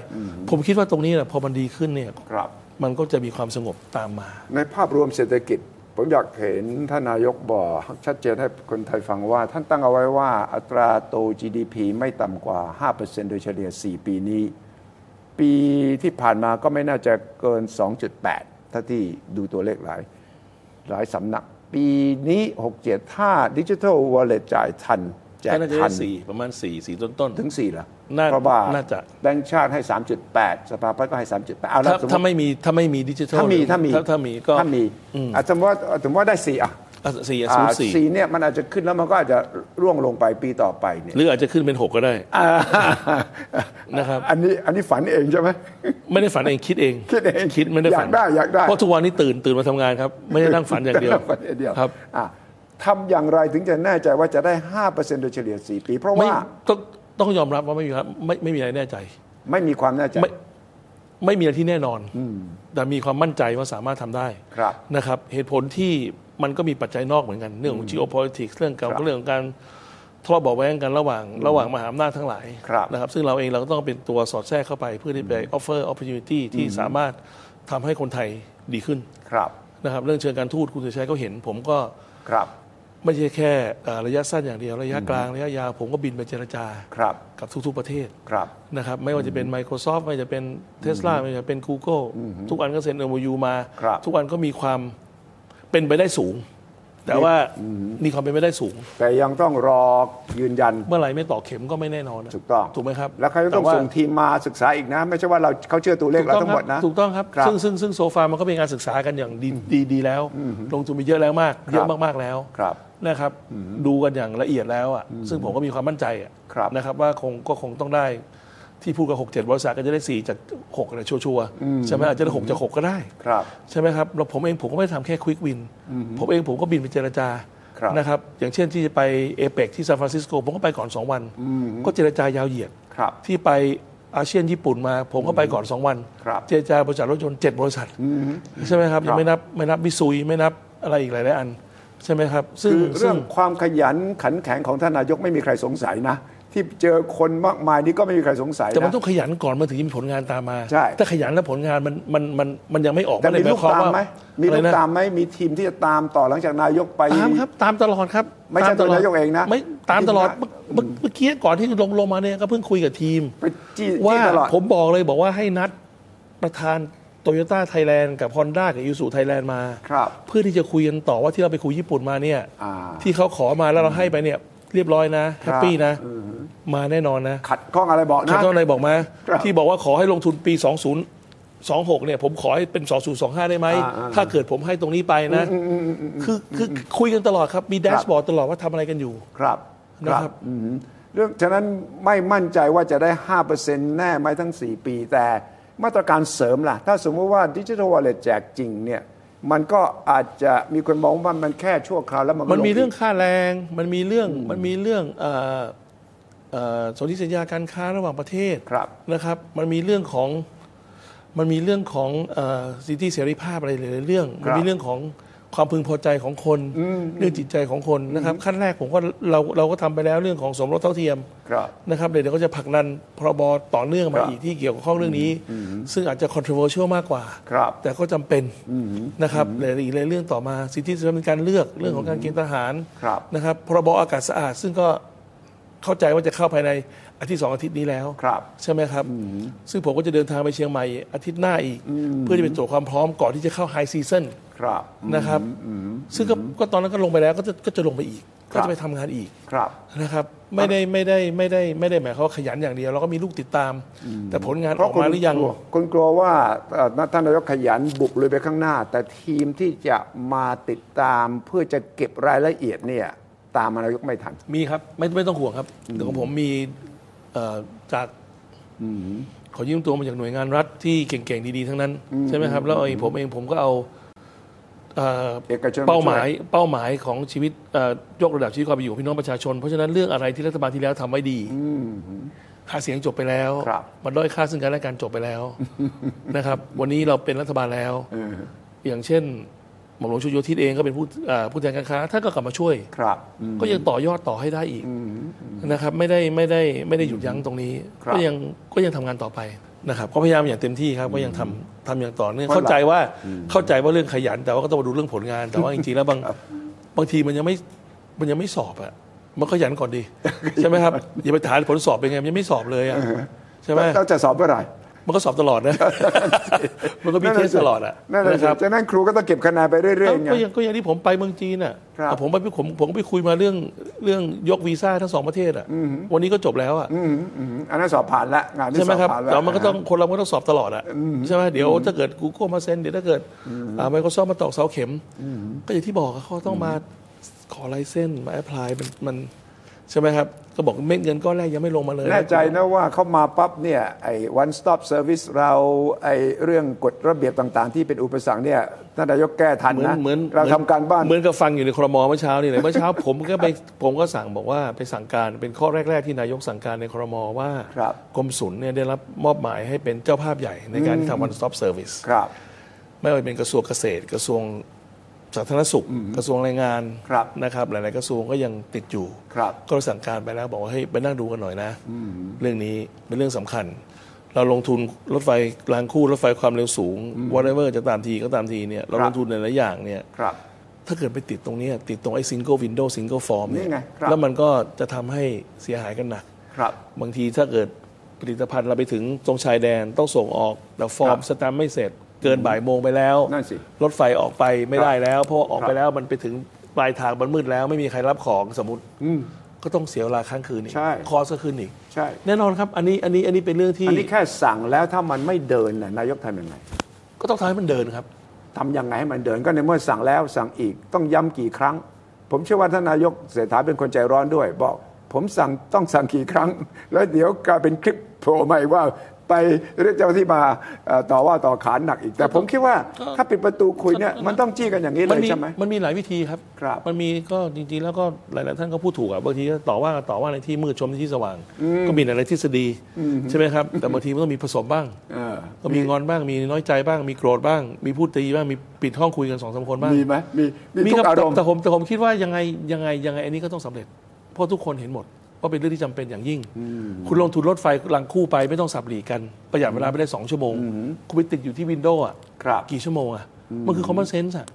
ผมคิดว่าตรงนี้นะพอมันดีขึ้นเนี่ย
ครับ
มันก็จะมีความสงบตามมา
ในภาพรวมเศรษฐกิจ ผมอยากเห็นท่านนายกบอกชัดเจนให้คนไทยฟังว่า ท่านตั้งเอาไว้ว่าอัตราโต GDP ไม่ต่ำกว่า 5%โดยเฉลี่ย 4 ปีนี้ ปีที่ผ่านมาก็ไม่น่าจะเกิน 2.8 ถ้าที่ดูตัวเลขหลาย หลายสำนัก ปีนี้ 67 ถ้าดิจิทัลวอลเล็ตจ่ายทัน แจก
น่าจะ
ทัน
ได้สี่ประมาณสี่สี่ต้นต้น
ถึง4เหรอ
น่า
เพราะว่า
น่าจะ
แบงก์ชาติให้ 3.8 สภาพัฒน์ก็ให้ 3.8
ถ้า
เอาแล้วสมม
ถ้า
ติ
ไม่มีถ้าไม่มีดิจิทัล
ถ้ามีถ้ามี
ถ้ามีก็
ถ้ามีอาจจะว่าสมมติว่าได้สี่อ่ะ
อ่ะสี่อ่ะ
อ่า
ศูนย์สี่
สี่เนี่ยมันอาจจะขึ้นแล้วมันก็อาจจะร่วงลงไปปีต่อไปเนี่ย
หรืออาจจะขึ้นเป็นหกก็ได้
อ่า
นะครับ
อันนี้อันนี้ฝันเองใช่ไหม
ไม่ได้ฝันเองคิดเอง
คิดเอง
คิดไม่ได้ฝัน
อยากได้อยากได้
เพราะทุกวันนี้ตื่นตื่นมาทำงานครับ ไม่ได้นั่งฝันอย่างเดียว
[laughs] ฝันเดียว
ครับ
อ่ะทำอย่างไรถึงจะแน่ใจว่าจะได้ห้าเปอร์เซ็นต์โดยเฉลี่ยสี่ปี เพราะ
ไม่
ว่า
ต้องต้องยอมรับว่าไม่มีครับไม่ไม่มีอะไรแน่ใจ
ไม่มีความแน่ใจ
ไม่ไม่มีอะไรที่แน่นอนแต่มีความมั่นใจว่าสามารถทำได้
ครับ
นะครับ เหตุผลที่มันก็มีปัจจัยนอกเหมือนกันเรื่องของ geopolitics เรื่องการ
ครับ
เรื่องของการทะเลาะเบาะแว้งกันระหว่าง ระหว่างมหาอำนาจทั้งหลาย
ครับ
นะครับ ซึ่งเราเองเราก็ต้องเป็นตัวสอดแทรกเข้าไปเพื่อที่ไป offer opportunity ที่สามารถทำให้คนไทยดีขึ้น
ครับ
นะครับ เรื่องเชิงการทูตคุณสุชัยก็เห็น ผมก็
ครับ
ไม่ใช่แค่เอ่อระยะสั้นอย่างเดียวระยะกลางระยะยาวผมก็บินไปเจรจา
ครับ
กับทุกๆประเทศ
ครับ
นะครับไม่ว่าจะเป็น Microsoft ไม่ว่าจะเป็น Tesla ไม่ว่าจะเป็น Google ทุกอันก็เซ็น MOU มา
ครับ
ทุกอันก็มีความเป็นไปได้สูง แต่ว่ามีความเป็นไปได้สูง
แต่ยังต้องรอยืนยัน
เมื่อไหร่ไม่ต่อเข็มก็ไม่แน่นอนนะ
ถูกต้อง
ถูกไหมครับ
แล้วเขาจะต้อง
แว่า
ส่งทีมมาศึกษาอีกนะ ไม่ใช่ว่าเราเขาเชื่อตัวเลขเราทั้งหมดนะ
ถูกต้องครับ
ครับ
ซึ่งซึ่งซึ่งโซฟามันก็เป็นการศึกษากันอย่างดีดีดีแล้ว ลงทุนไปเยอะแล้วมาก เยอะมากๆแล้ว
ครับ
นะครับ ดูกันอย่างละเอียดแล้วอ่ะซึ่งผมก็มีความมั่นใจอ่ะ
ครับ
นะครับว่าคงก็คงต้องได้ที่พูดกับหกเจ็ดบริษัทก็จะได้สี่จากหกอะไรชัวร์ๆใช่ไหมอาจจะได้หกจากหกก็ได้
ครับ
ใช่ไหมครับเราผมเองผมก็ไม่ได้ทำแค่ควิกวิน ผมเองผมก็บินไปเจรจา
ครับ
นะครับ อย่างเช่นที่จะไปเอเปกที่ซานฟรานซิสโกผมก็ไปก่อน 2 วัน ก็เจรจายาวเหยียด
ครับ
ที่ไปอาเซียนญี่ปุ่นมา ผมก็ไปก่อน 2 วัน
ครับ
เจรจาบริษัทรถยนต์ 7 บริษัท ใช่ไหมครับ
ครับ
ยังไม่นับไม่นับมิซุยไม่นับอะไรอีกหลายๆอัน ใช่ไหมครับ ซึ่ง
คือเรื่
ซึ่
อง งความขยันขันแข็งของท่านนายกไม่มีใครสงสัยนะ ที่เจอคนมากมายนี่ก็ไม่มีใครสงสัย
แต่มัน
นะ
ต้องขยันก่อนมันถึงจะมีผลงานตามมา
ใช่
ถ้าขยันแล้วผลงานมันมันมันมันยังไม่ออก
แต่
นเลย
มี
ห
ลูก
ยคว
ตาม
ว่
ไหมมี
อะไร
ลูก
นะ
ตามไหมมีทีมที่จะตามต่อหลังจากนายกไป
ตามครับตามตลอดครับ
ไม่ใช่
ตามตลอด
ตัวนายกเองนะ
ไม่ตามตลอด
ทีมงาน
เมื่อเมื่อกี้ก่อนที่ลงลงมาเนี่ยก็เพิ่งคุยกับทีม
ไปจี้
ว่า
จี้ตลอด
ผมบอกเลยบอกว่าให้นัดประธานโตโยต้าไทยแลนด์กับฮอนด้ากับยูสุไทยแลนด์มา
ครับ
เพื่อที่จะคุยกันต่อว่าที่เราไปคุยญี่ปุ่นมาเนี่ย
อ่า
ที่เขาขอมาแล้วเราให้ไปเนี่ยเรียบร้อยนะแฮปปี้นะ
อือฮึ
มาแน่นอนนะ
ขัดข้องอะไรบอก
ขัด
นะ
ข้องอะไรบอกมา
ครับ
ที่บอกว่าขอให้ลงทุนปี 20 26เนี่ยผมขอให้เป็น 2025 ได้ไหม ถ้าเกิดผมให้ตรงนี้ไปนะ คือคือคุยกันตลอดครับมีแดชบอร์ดตลอดว่าทำอะไรกันอยู่
ครับ
นะครับ
อืมเรื่องฉะนั้นไม่มั่นใจว่าจะได้ 5%แน่ไหมทั้ง 4 ปี แต่มาตรการเสริมล่ะ ถ้าสมมติว่าดิจิทัลวอลเล็ตแจกจริงเนี่ยมันก็อาจจะมีคนมองว่ามันแค่ชั่วคราวแล้วมันก็
มันมี
ลง
เรื่องค่าแรง มันมีเรื่อง มันมีเรื่องเอ่อเอ่อสนธิสัญญาการค้าระหว่างประเทศ
ครับ
นะครับ มันมีเรื่องของ มันมีเรื่องของเอ่อสิทธิเสรีภาพอะไรหลายๆเรื่อง
ครับ
มันมีเรื่องของความพึงพอใจของคน เรื่องจิตใจของคนนะครับ ขั้นแรกผมก็เราเราก็ทำไปแล้วเรื่องของสมรสเท่าเทียม
ครับ
นะครับเดี๋ยวก็จะผลักดันพรบต่อเนื่อง
ค
มา
รับ
อีกที่เกี่ยวกับข้องเรื่องนี้ ซึ่งอาจจะ controversial มากกว่า
ครับ
แต่ก็จำเป็นนะครับหลายๆหลายเรื่องต่อมาสิทธิเสรีภาพในการเลือกเรื่องของการเกณฑ์ทหาร
ครับ
นะครับพรบอากาศสะอาด ซึ่งก็เข้าใจว่าจะเข้าภายในอาทิตย์สองอาทิตย์นี้แล้ว
ครับ
ใช่ไหมครับ ซึ่งผมก็จะเดินทางไปเชียงใหม่อาทิตย์หน้าอีก เพื่อที่ไปตรวจความพร้อมก่อนที่จะเข้าไฮซีซัน
ครับ
นะครับซึ่งก็ก็ตอนนั้นก็ลงไปแล้วก็จะก็จะลงไปอีก ก็จะไปทำงานอีก
ครับ
นะครับ ไม่ได้ไม่ได้ไม่ได้ไม่ได้หมายความว่าขยันอย่างเดียวเราก็มีลูกติดตาม แต่ผลงานออก
คุณ
มาหรือยัง
กลัวคุณกลัวว่าเอ่อท่านนายกขยันบุกเลยไปข้างหน้า แต่ทีมที่จะมาติดตามเพื่อจะเก็บรายละเอียดเนี่ยตามนายกไม่ทัน
มีครับไม่ไม่ต้องห่วงครับเดี๋ยวของผมมีเอ่อจากขอยืมตัวมาจากหน่วยงานรัฐที่เก่งๆดีๆทั้งนั้นใช่ไหมครับ แล้วเองผมเองผมก็เอาเอ่อ
เอกชน
เป้าหมาย
มาช่วย
เป้าหมายของชีวิตเอ่อยกระดับชีวิตความเป็นอยู่ของพี่น้องประชาชน เพราะฉะนั้นเรื่องอะไรที่รัฐบาลที่แล้วทำไว้ดีหาเสียงจบไปแล้ว
ครับ
มันด้อยค่าซึ่งกันและกันจบไปแล้ว [laughs] นะครับ วันนี้เราเป็นรัฐบาลแล้ว อย่างเช่นหม่อมหลวงชุติโยธินเองก็เป็นผู้เอ่อผู้แทนการค้าท่านก็กลับมาช่วย
ครับอืม
ก็ยังต่อยอดต่อให้ได้อีกนะครับ ไม่ได้ไม่ได้ไม่ได้หยุดยั้งตรงนี้
ครับ
ก็ยังก็ยังทำงานต่อไปนะครับ ก็พยายามอย่างเต็มที่ครับก็ยังทำทำอย่างต่อเนื่อง
เพราะ
เข้าใจว่าเข้าใจว่าเรื่องขยัน แต่ว่าก็ต้องมาดูเรื่องผลงาน แต่
[laughs]
ว่าจริงๆแล้วบางบางทีมันยังไม่มันยังไม่สอบอะมันขยันก่
[laughs]
อนดี ใช่ไหมครับอย่าไปถามผลสอบเป็นไงมันยังไม่สอบเลยอะใช่ไหม
เราจะสอบเมื่อไหร่
มันก็สอบตลอดนะ
[laughs]
[laughs] มันก็มีเทสตลอดอะ
นั่นแหละ
นะ
สิ
ครับ
ฉะนั้นครูก็ต้องเก็บคะแนนไปเรื่อยๆไง
ก็ยังก็อย่างที่ผมไปเมืองจีนอ่ะ
ครับ
อ่ะผมไปผมผมก็ไปคุยมาเรื่องเรื่องยกวีซ่าทั้งสองประเทศอ่ะวันนี้ก็จบแล้วอ่ะ
อืมอืมอันนั้นสอบผ่านละงานนี้
ใช่ไห
ส
ม
อบ
ครับ
ผ่านละ
แต่มันก็ต้องคนเราก็ต้องสอบตลอดอ่ะใช่ไหมเดี๋ยวถ้าเกิด Google มาเซ็นเดี๋ยวถ้าเกิดไมโครซอฟมาตอกเสาเข็ม ก็อย่างที่บอกอะเขาต้องมาขอไลเส้นมาแอพพลายมันมันใช่ไหมครับ ก็บอกเม็ดเงินก้อนแรกยังไม่ลงมาเลย
แน่ใจนะว่าเข้ามาปั๊บเนี่ยไอ้ one stop service เราไอ้เรื่องกฎระเบียบต่างๆ ที่เป็นอุปสรรคเนี่ยท่านนายกแก้ทัน
เหมือน
นะ
เหมือน
เราทำการบ้าน
เหมือนกับฟังอยู่ในครมเมื่อเช้านี่เลยเมื่อ
[laughs]
เช้า ผมก็ไปผมก็สั่งบอกว่าไปสั่งการเป็นข้อแรก ๆ ที่นายกสั่งการในครมว่า
ครับ
กรมศุลเนี่ยได้รับมอบหมายให้เป็นเจ้าภาพใหญ่ในการที่ทำ one stop service
ครับ
ไม่ว่าจะเป็นกระทรวงเกษตร กระทรวงสาธารณสุข กระทรวงแรงงาน
ครับ
นะครับ หลาย ๆ กระทรวงก็ยังติดอยู่
ครับ
ก็สั่งการไปแล้วบอกว่าให้ยไปนั่งดูกันหน่อยนะเรื่องนี้เป็นเรื่องสำคัญ เราลงทุนรถไฟรางคู่รถไฟความเร็วสูง whatever จะตามทีก็ตามทีเนี่ยเรา
ครั
ล
บ
งทุนในหลายอย่างเนี่ย
ครับ
ถ้าเกิดไปติดตรงเนี้ยติดตรงไอ้ single window single form เนี่ย
นี่ไงครับ
แล้วมันก็จะทำให้เสียหายกันหนัก
ครับ
บางทีถ้าเกิดผลิตภัณฑ์เราไปถึงตรงชายแดนต้องส่งออก แต่ฟอร์ม
ครับ
สแตมป์ไม่เสร็จ เกินบ่ายโมงไปแล้ว
นั่นสิ
รถไฟออกไปไม่
ครับ
ได้แล้ว เพราะว่าออก
ค
ไป
รับ
แล้วมันไปถึงปลายทางมันมืดแล้ว ไม่มีใครรับของสมมติก็ต้องเสียเวลาค้างคืนอีก
ใช่
คอสก็คืนอีก
ใช่
แน่นอนครับอันนี้อันนี้อันนี้เป็นเรื่องที่
อันนี้แค่สั่งแล้วถ้ามันไม่เดินน่ะนายกทำยังไง
ก็ต้องทำให้มันเดินครับ
ทำยังไงให้มันเดินก็ในเมื่อสั่งแล้วสั่งอีกต้องย้ำกี่ครั้ง ผมเชื่อว่าท่านนายกเศรษฐาเป็นคนใจร้อนด้วย บอก ผมสั่งต้องสั่งกี่ครั้ง แล้วเดี๋ยวกลายเป็นคลิปโผล่มาอีกว่าไปเรียกเจ้าที่มาเอ่อต่อว่าต่อขานหนักอีก แต่ผมคิดว่า
ก็
ถ้าปิดประตูคุยเนี่ยมันต้องจี้กันอย่างนี้เล
มัน
ย
มี
ใช่ไหม
มันมีหลายวิธีครับ
ครับ
มันมีก็จริงๆ แล้วก็หลายๆท่านก็พูดถูกอ่ะบางทีก็ต่อว่าต่อว่าในที่มืดชมในที่สว่าง ก็มีหลายๆทฤษฎีใช่ไหมครับ แต่บางทีมันต้องมีผสมบ้าง
เออ
ก็มีงอนบ้างมีน้อยใจบ้างมีโกรธบ้าง มีพูดตีบ้างมีปิดห้องคุยกันสองสามคนบ้าง
มีไหมมีมีทุ
ครั
ก
บ
อาร
แต่
มณ์
แต่ผมแต่ผมคิดว่ายังไงยังไงยังไงอันนี้ก็ต้องสำเร็จ เพราะทุกคนเห็นหมดว่า ก็เป็นเรื่องที่จำเป็นอย่างยิ่ง คุณลงทุนรถไฟรังคู่ไปไม่ต้องสับหลีกัน ประหยัดเวลาไปได้สองชั่วโมง คุณไปติดอยู่ที่วินโดว์อ่ะ
ครับ
กี่ชั่วโมงอ่ะ มันคือ common sense อ่ะ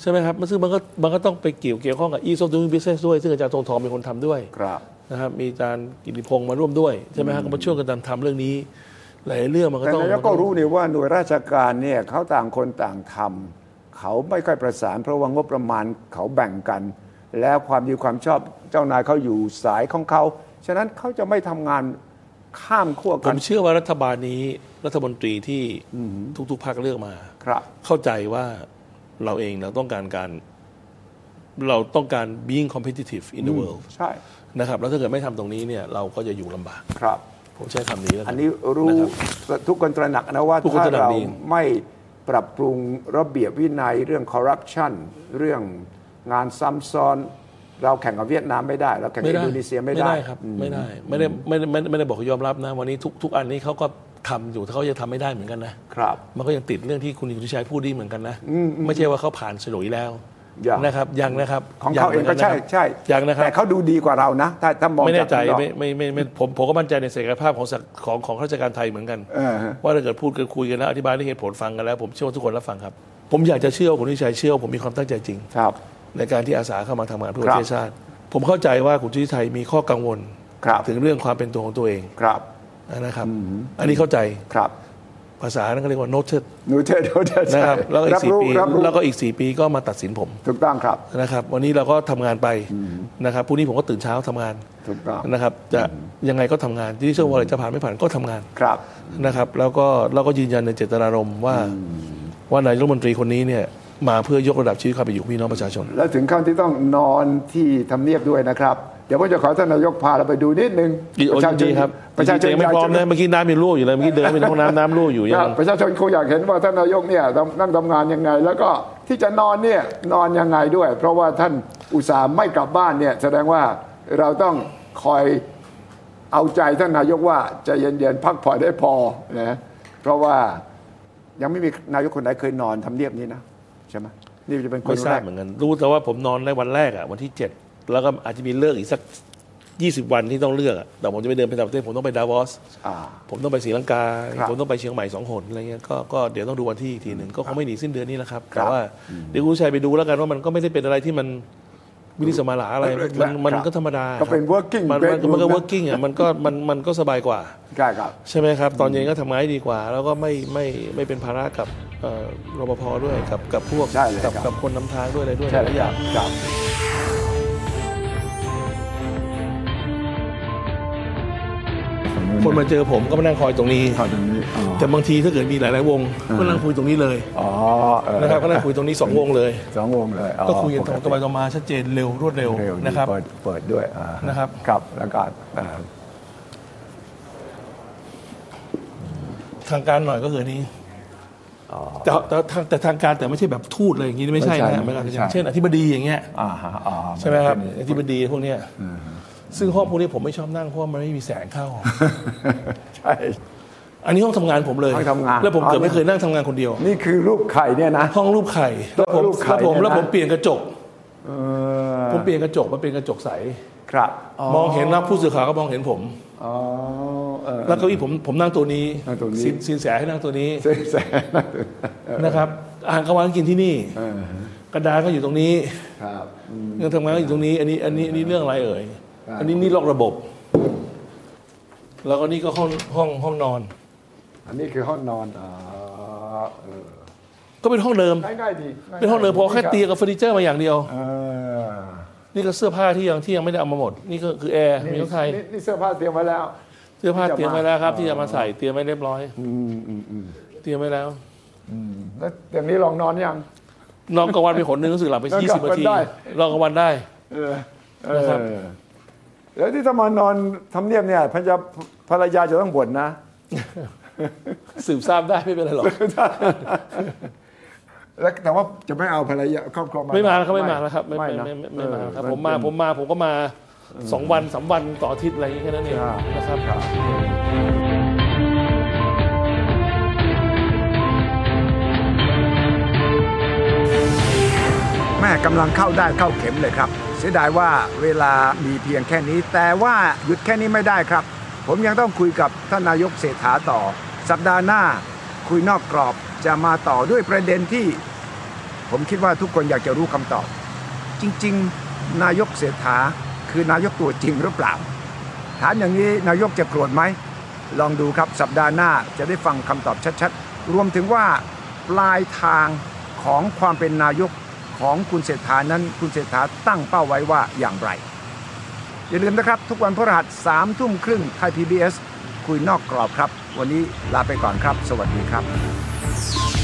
ใช่ไหมครับ มันซึ่งมันก็มันก็ต้องไปเกี่ยวเกี่ยวข้องกับ ease of doing business ด้วย ซึ่งอาจารย์ทงทองเป็นคนทำด้วย
ครับ
นะครับมีอาจารย์กิติพงศ์มาร่วมด้วยใช่ไหมฮะก็มาช่วยกันทำเรื่องนี้ หลายเรื่องมันก็
แต่
ต้อง
นายกก็รู้นี่ว่าหน่วยราชการเนี่ยเขาต่างคนต่างทำเขาไม่ค่อยประสาน เพราะว่างบประมาณเขาแบ่งกัน แล้วความดีความชอบเจ้านายเขาอยู่สายของเขา ฉะนั้นเขาจะไม่ทำงานข้ามขั้ว
ผ
กัน
มเชื่อว่ารัฐบาลนี้รัฐมนตรีที่ทุกๆภาคเลือกมา
ครับ
เข้าใจว่าเราเองเราต้องการการเราต้องการ being competitive in the world
ใช่
นะครับแล้วถ้าเกิดไม่ทำตรงนี้เนี่ยเราก็จะอยู่ลำบาก
ครับ
ผมใช้คำนี้แล้วกั
อันนี้รู้ทุกคนตระหนักนะว่า
ทุกคน
ถ้า
ตระหนัก
เรา
ดี
ไม่ปรับปรุงระเบียบวินัยเรื่องคอร์รัปชันเรื่องงานซ้ำซ้อน เราแข่งกับเวียดนามไม่ได้ เราแข่งกับอินโดนีเซียไม่ได้
ครับไม่ได้ไม่ได้ไม่ได้ไม่ได้ไม่ได้บอกว่ายอมรับนะ วันนี้ทุกทุกอันนี้เขาก็ทำอยู่ถ้าเขายังทำไม่ได้เหมือนกันนะ
ครับ
มันก็ยังติดเรื่องที่คุณยุทธชัยพูดดีเหมือนกันนะ ไม่ใช่ว่าเขาผ่านฉลุยแล้ว
ยัง
นะครับยังนะครับ
ของเขาเองก็
ยั
ใช่
หมืนนนะครับ
ใช่
ยังนะครับ
แต่เขาดูดีกว่าเรานะ ถ้าถ้ามอง
ไม่แน่ใจ
ากข้างอก
ไม่ไม่ไม่ไม่ผมผมก็มั่นใจในศักยภาพของสักของของข้าราชการไทยเหมือนกัน
เออฮะ
ว่าถ้าเกิดพูดกันคุยกันแล้วอธิบายด้วยเหตุผลฟังกันแล้ว ผมเชื่อว่าทุกคนรับฟังครับ ผมอยากจะเชื่อว่าคุณยุทธชัยเชื่อว่าผมมีความตั้งใจจริง
ครับ
ในการที่อาสาเข้ามาทำงานเพื่อ
ค
ป
รั
ระ
บ
เทศชาติ ผมเข้าใจว่าคุณยุทธชัยมีข้อกังวล
ครับ
ถึงเรื่องความเป็นตัวของตัวเอง
ครับ
นะครับ อันนี้เข้าใจ
ครับ
ภาษานั้นก็เรียกว่า noted
หนูเชิญหนูเชิญ
นะครับแล้วก็อีก
รับ
สี่
รู้
ปี
รับรู้
แล้วก็อีกสี่ปีก็มาตัดสินผม
ถูกต้องครับ
นะครับวันนี้เราก็ทำงานไปนะครับพรุ่งนี้ผมก็ตื่นเช้าทำงาน
ถูกต้อง
นะครับจะยังไงก็ทำงานที่เชื่อว่าอะไรจะผ่านไม่ผ่านก็ทำงาน
ครับ
นะครับแล้วก็เราก็ยืนยันในเจตนารมณ์ว่า ว่านายกรัฐมนตรีคนนี้เนี่ยมาเพื่อยกระดับชีวิตความเป็นอยู่ของพี่น้องประชาชน
แล้วถึงขั้นที่ต้องนอนที่ทำเนียบด้วยนะครับ เดี๋ยวผมจะขอท่านนายกพาเราไปดูนิดนึง
[laughs] ดีโอ
ประชาช
ดีครับ
ประชาชน
ยังไม่พร้อมนะเมื่อกี้น้ำยังรั่วอยู่เลยเมื่อกี้เดินไปในห้องน้ำน้ำรั่วอยู่
ค
ยั
รับ
ง
ประชาชนคงอยากเห็นว่าท่านนายกเนี่ยทำนั่งทำงานยังไง แล้วก็ที่จะนอนเนี่ยนอนยังไงด้วย เพราะว่าท่านอุตส่าห์ไม่กลับบ้านเนี่ยแสดงว่าเราต้องคอยเอาใจท่านนายกว่าใจะเย็นๆพักผ่อนได้พอนะเพราะว่ายังไม่มีนายกคนไหนเคยนอนทำเนียบนี้นะใช่ไหมนี่จะเป็นคน
ไม่ทรา
แร
บ
ก
เหมือนกัน รู้แต่ว่าผมนอนในวันแรกอะวันที่ 7 แล้วก็อาจจะมีเลือกอีกสัก 20 วันที่ต้องเลือกอะแต่ผมจะไม่เดินไปต่างประเทศผมต้องไปดาวอส
อ่า
ผมต้องไปศรีลังกา
ครับ
ผมต้องไปเชียงใหม่สองหนอะไรเงี้ยก็ก็เดี๋ยวต้องดูวันที่อีกทีหนึ่งก็คงไม่หนีสิ้นเดือนนี้แหละครับ
ครับ
แต่ว่าเดี๋ยวคุณชัยไปดูแล้วกันว่ามันก็ไม่ได้เป็นอะไรที่มันวินิสมาลาอะไรมันมัน
ครับ
ก็ธรรมดา
ก็เป็น working
มันมันมันก็
bedroom นะ
working อะมันก็มันมันก็สบายกว่า
ใช่ครับ
ใช่ไหมครับ ตอนเย็นก็ทำงานให้ดีกว่า แล้วก็ไม่ไม่ไม่เป็นภาระกับเอ่อรปภด้วยกับกับพวก
ใช่เลยค
กั
รั
บ บกับคนนำทางด้วยอะไรด้วยห
ใช่
ลายๆอย่าง
ครับ
คนมาเจอผมก็มานั่งคอยตรงนี้
ตรงนี้อ๋อ
แต่บางทีถ้าเกิดมีหลาย ๆ วงก็นั่งคุยตรงนี้เลย
อ๋อเออ
นะครับก็นั่งคุยตรงนี้สองวงเลย
สองวงเลยอ๋อ
ก็คุยกันต
ป
รง
ติ
ตัวไปตรงมาชัดเจนเร็วรวดเร็ว
เร็วดี
นะครับ
เปิดเปิดด้วยอ่า
นะครับ
ครับแล้วก็อ่า
ทางการหน่อยก็คืออนนี้
อ๋อ
แต่แต่แต่แต่ทางการแต่ไม่ใช่แบบทูตเลยอย่างนี้ไม่ใช่
ไม่ใช่
นะหมายความ
ไม่
อ
ใช่
ย่างเช่นอธิบดีอย่างเงี้ย
อ่าฮะอ๋อ
ใช่ไหมครับ
นเป็น
อธิบดีพวกเนี้ยซึ่งห้องพวกนี้ผมไม่ชอบนั่งเพราะว่ามันไม่มีแสงเข้า
ใช่
อันนี้ห้องทำงานผมเลย
ห้องทำงาน
แล้วผมเกิดไม่เคยนั่งทำงานคนเดียว
นี่คือรูปไข่เนี่ยนะ
ห้องรูปไข่
โต๊ะ
ผม
รูปไข่
แล้วผม
เนี่ยนะ
แล้วผมเปลี่ยนกระจก
เออ
ผมเปลี่ยนกระจกมันเป็นกระจกใส
ครับ
มองเห็นแล้วผู้สื่อข่าวก็มองเห็นผม
อ๋อเออ
แล้วเก็อีผมผมนั่งตัวนี้
นั่งตัวนี้
สิสินแสให้นั่งตัวนี้
เส้นแสน
นะครับอาหารกลางวันกินที่นี่
เออก
ระดานก็อยู่ตรงนี้
ครับอืม
เงินทำงานก็อยู่ตรงนี้ อันนี้อันนี้อันนี้เรื่องอะไรเอ่ย
อ่า
อันนี้นี่ลอกระบบ แล้วก็นี่ก็ห้องห้องห้องนอน
อันนี้คือห้องนอนอ๋อเออ
ก็เป็นห้องเดิม
ง่ายๆดีง่ายๆ
เป็นห้องเดิมเพอแค่เตียงกับเฟอร์นิเจอร์มาอย่างเดียว
เออ
นี่ก็เสื้อผ้าที่ยังที่ยังไม่ได้เอามาหมด นี่ก็คือแอร์มีนกไทย
นี่นี่เสื้อผ้าเตรียมไว้แล้ว
เสื้อผ้า
ที่จะมา
เตรียมไว้แล้วครับ ที่จะมาใส่เตรียมไว้เรียบร้อย
อืมอืมอืม
เตรียมไว้แล้ว
แล้วอย่างนี้ลองนอนยัง
นอนกลางวันไปขนหนึ่งรู้สึกหลับไป
นอนกลาง
20
วัน
นาที
ได้
นอนกลางวันได้
เออเอ
นะ
อ
ครับ
แล้วที่ถ้ามานอนทำเนียบเนี่ยภรรยาภรรยาจะต้องบ่นนะ
สืบทราบได้ไม่เป็นไรหรอก
แล้วแต่ว่าจะไม่เอาภรรยาครอบครัวมา
ไม่มาแล้วครับไม่มาแล้วครับไม่
ไม่
ไม่
นะ
ไม่ไม่ไม่มาแล้วครับ
เออ
ผมมาผมมาผมก็มาสองวันสามวันต่ออาทิตย์อะไรอย่างเงี้ยแค่นั้นเองนะครับ
ครับแม่กำลังเข้าได้เข้าเข็มเลยครับ เสียดายว่าเวลามีเพียงแค่นี้ แต่ว่าหยุดแค่นี้ไม่ได้ครับ ผมยังต้องคุยกับท่านนายกเศรษฐาต่อ สัปดาห์หน้าคุยนอกกรอบจะมาต่อด้วยประเด็นที่ ผมคิดว่าทุกคนอยากจะรู้คำตอบ จริง ๆ นายกเศรษฐาคือนายกตัวจริงหรือเปล่า ถามอย่างนี้นายกจะโกรธไหม ลองดูครับสัปดาห์หน้าจะได้ฟังคำตอบชัดๆ รวมถึงว่าปลายทางของความเป็นนายกของคุณเศรษฐานั้นคุณเศรษฐาตั้งเป้าไว้ว่าอย่างไร อย่าลืมนะครับ ทุกวันพฤหัสสามทุ่มครึ่งไทย PBS คุยนอกกรอบครับ วันนี้ลาไปก่อนครับ สวัสดีครับ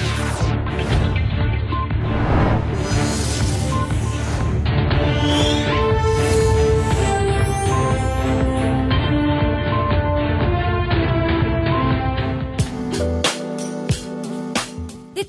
ติด